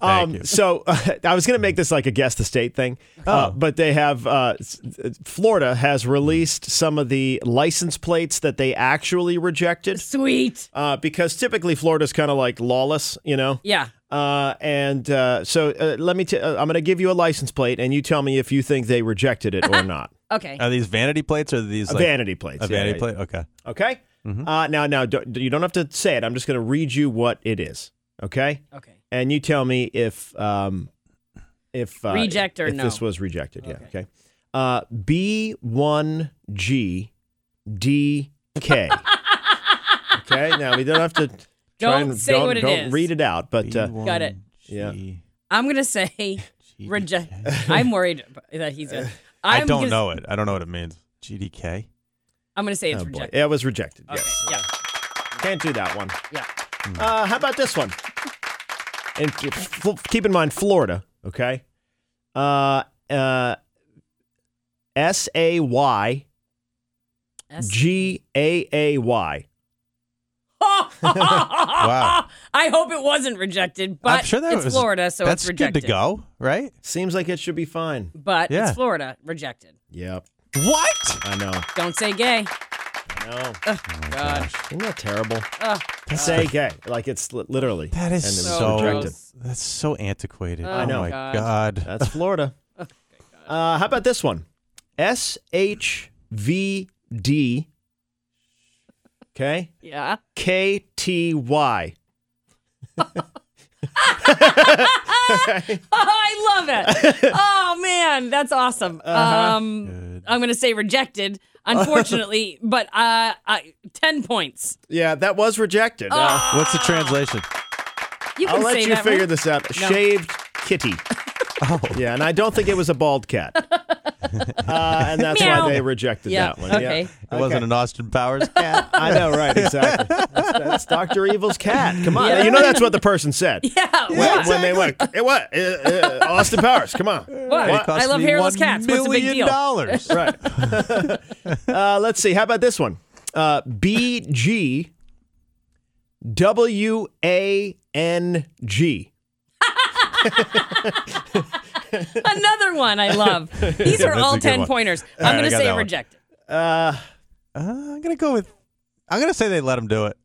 Thank Um, you. so I was going to make this like a guess the state thing, Oh. uh, but they have uh, s- uh, Florida has released some of the license plates that they actually rejected Sweet. uh, because typically Florida's kind of like lawless, you know. Yeah. Uh, and uh, so uh, let me. T- uh, I'm going to give you a license plate, and you tell me if you think they rejected it or not. Okay. Are these vanity plates or are these A like vanity plates. a yeah, vanity yeah, plate? Mm-hmm. Okay. yeah. Okay. Uh, now, now don't, you don't have to say it. I'm just going to read you what it is. Okay. okay. and you tell me if um if uh, Reject or if no. this was rejected yeah okay Okay. uh b1g dk okay now we don't have to try Don't and, say don't, what it don't is. read it out but uh, B1, Got it. Yeah. G, I'm gonna say GDK. reject. I'm worried that he's. A, I I'm don't gonna, know it. I don't know what it means. GDK. I'm gonna say it's oh boy rejected. it was rejected Okay. yes Yeah. can't do that one Yeah. uh how about this one and keep- f- keep in mind florida okay uh uh S A Y S- G A A Y. Wow. I hope it wasn't rejected, but I'm sure that it's was, Florida, so that's it's rejected. good to go, right? Seems like it should be fine. But Yeah. it's Florida, rejected. Yep, What? I know. Don't say gay. I know. God. Isn't that terrible? Ugh. Say gay. Like it's li- literally. That And it is was so. rejected. That's so antiquated. I know. Oh my God. god. That's Florida. Uh, how about this one? S H V D. Okay. Yeah. K T Y. I love it. oh man, that's awesome. Um, Uh-huh. Good. I'm gonna say rejected, unfortunately, but uh, I, ten points. Yeah, that was rejected. Uh, What's the translation? You can I'll Oh, say let you that, figure right? this out. No. Shaved kitty. Oh, Yeah, and I don't think it was a bald cat. Uh, and that's Meow. why they rejected Yeah, that one. okay. Yeah. It it wasn't an Austin Powers. cat. I know, right? Exactly. That's, that's Doctor Evil's cat. Come on, Yeah. you know that's what the person said. Yeah. When, when they went, hey, what? Uh, uh, Austin Powers, come on. What? It cost I love me hairless one cats. What's the big million deal? dollars. Right. uh, let's see. How about this one? Uh, B G W A N G. Another one I love. These are That's a all good ten one. pointers. right, I'm I gonna got that say one. rejected. Uh, Uh, I'm gonna go with. I'm gonna say they let him do it.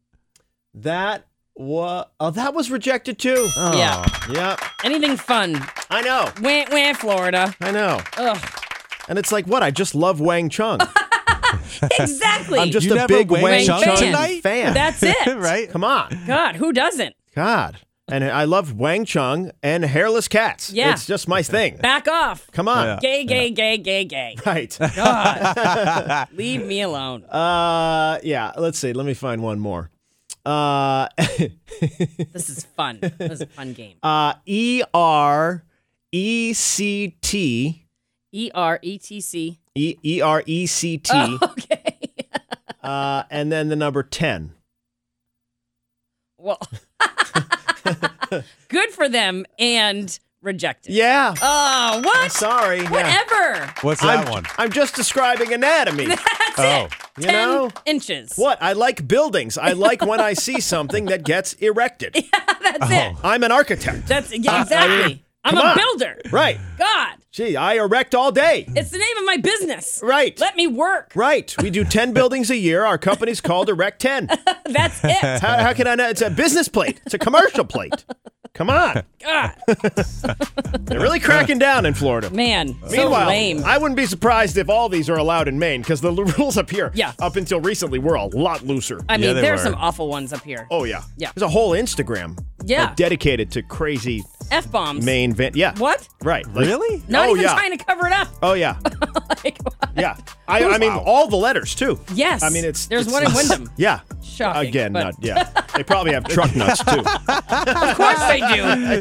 that was. Oh, that was rejected too. Oh. Yeah. Yep. Anything fun? I know. Wah, wah, Florida. I know. Ugh. And it's like, what? I just love Wang Chung. Exactly. I'm just You a never big Wang Wang Chung Chung, tonight? fan. That's it. right. Come on. God, who doesn't? God. And I love Wang Chung and hairless cats. Yeah. It's just my thing. Back off. Come on. Yeah. Gay, gay, gay, gay, gay. Right. God, leave me alone. Uh, yeah. Let's see. Let me find one more. Uh, This is fun. This is a fun game. uh, E R E C T E R E T C. E E R E C T, Oh. Okay. uh, and then the number ten. Well, good for them and rejected. Yeah. Oh, I'm what? sorry. Yeah. Whatever. What's that I'm, one? I'm just describing anatomy. That's Oh. it. You Ten know? inches. what? I like buildings. I like when I see something that gets erected. Oh. That's it. I'm an architect. That's yeah, exactly. I'm Uh, come a on. builder. Right. God, Gee, I erect all day. it's the name of my business. Right. Let me work. Right. We do 10 buildings a year. Our company's called Erect 10. That's it. How, how can I know? It's a business plate, it's a commercial plate. Come on. God, They're really cracking down in Florida. man, Meanwhile, so lame. I wouldn't be surprised if all these are allowed in Maine because the l- rules up here, Yeah. up until recently, were a lot looser. I mean, they there are were. some awful ones up here. Oh, yeah. Yeah. There's a whole Instagram Yeah. like, dedicated to crazy F bombs. Maine van. Yeah. What? Right. Like- Really? Not oh, even yeah. trying to cover it up. Oh, yeah. Like, Yeah. I, I mean, Wow. all the letters, too. yes. I mean, it's. there's it's- one in Wyndham. Yeah. Shocking, Again, but- nut. Yeah. They probably have truck nuts too. Of course they do.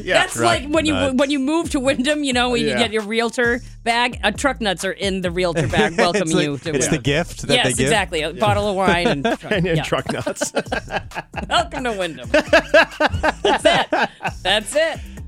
Yeah, That's truck like when you nuts. when you move to Wyndham, you know, when you Yeah. get your realtor bag. Uh, truck nuts are in the realtor bag, welcoming it's like- you to It's the Wyndham. gift that yes, they give. exactly. A bottle of wine and, truck, and then yeah. truck nuts. Welcome to Wyndham. That's it. That's it.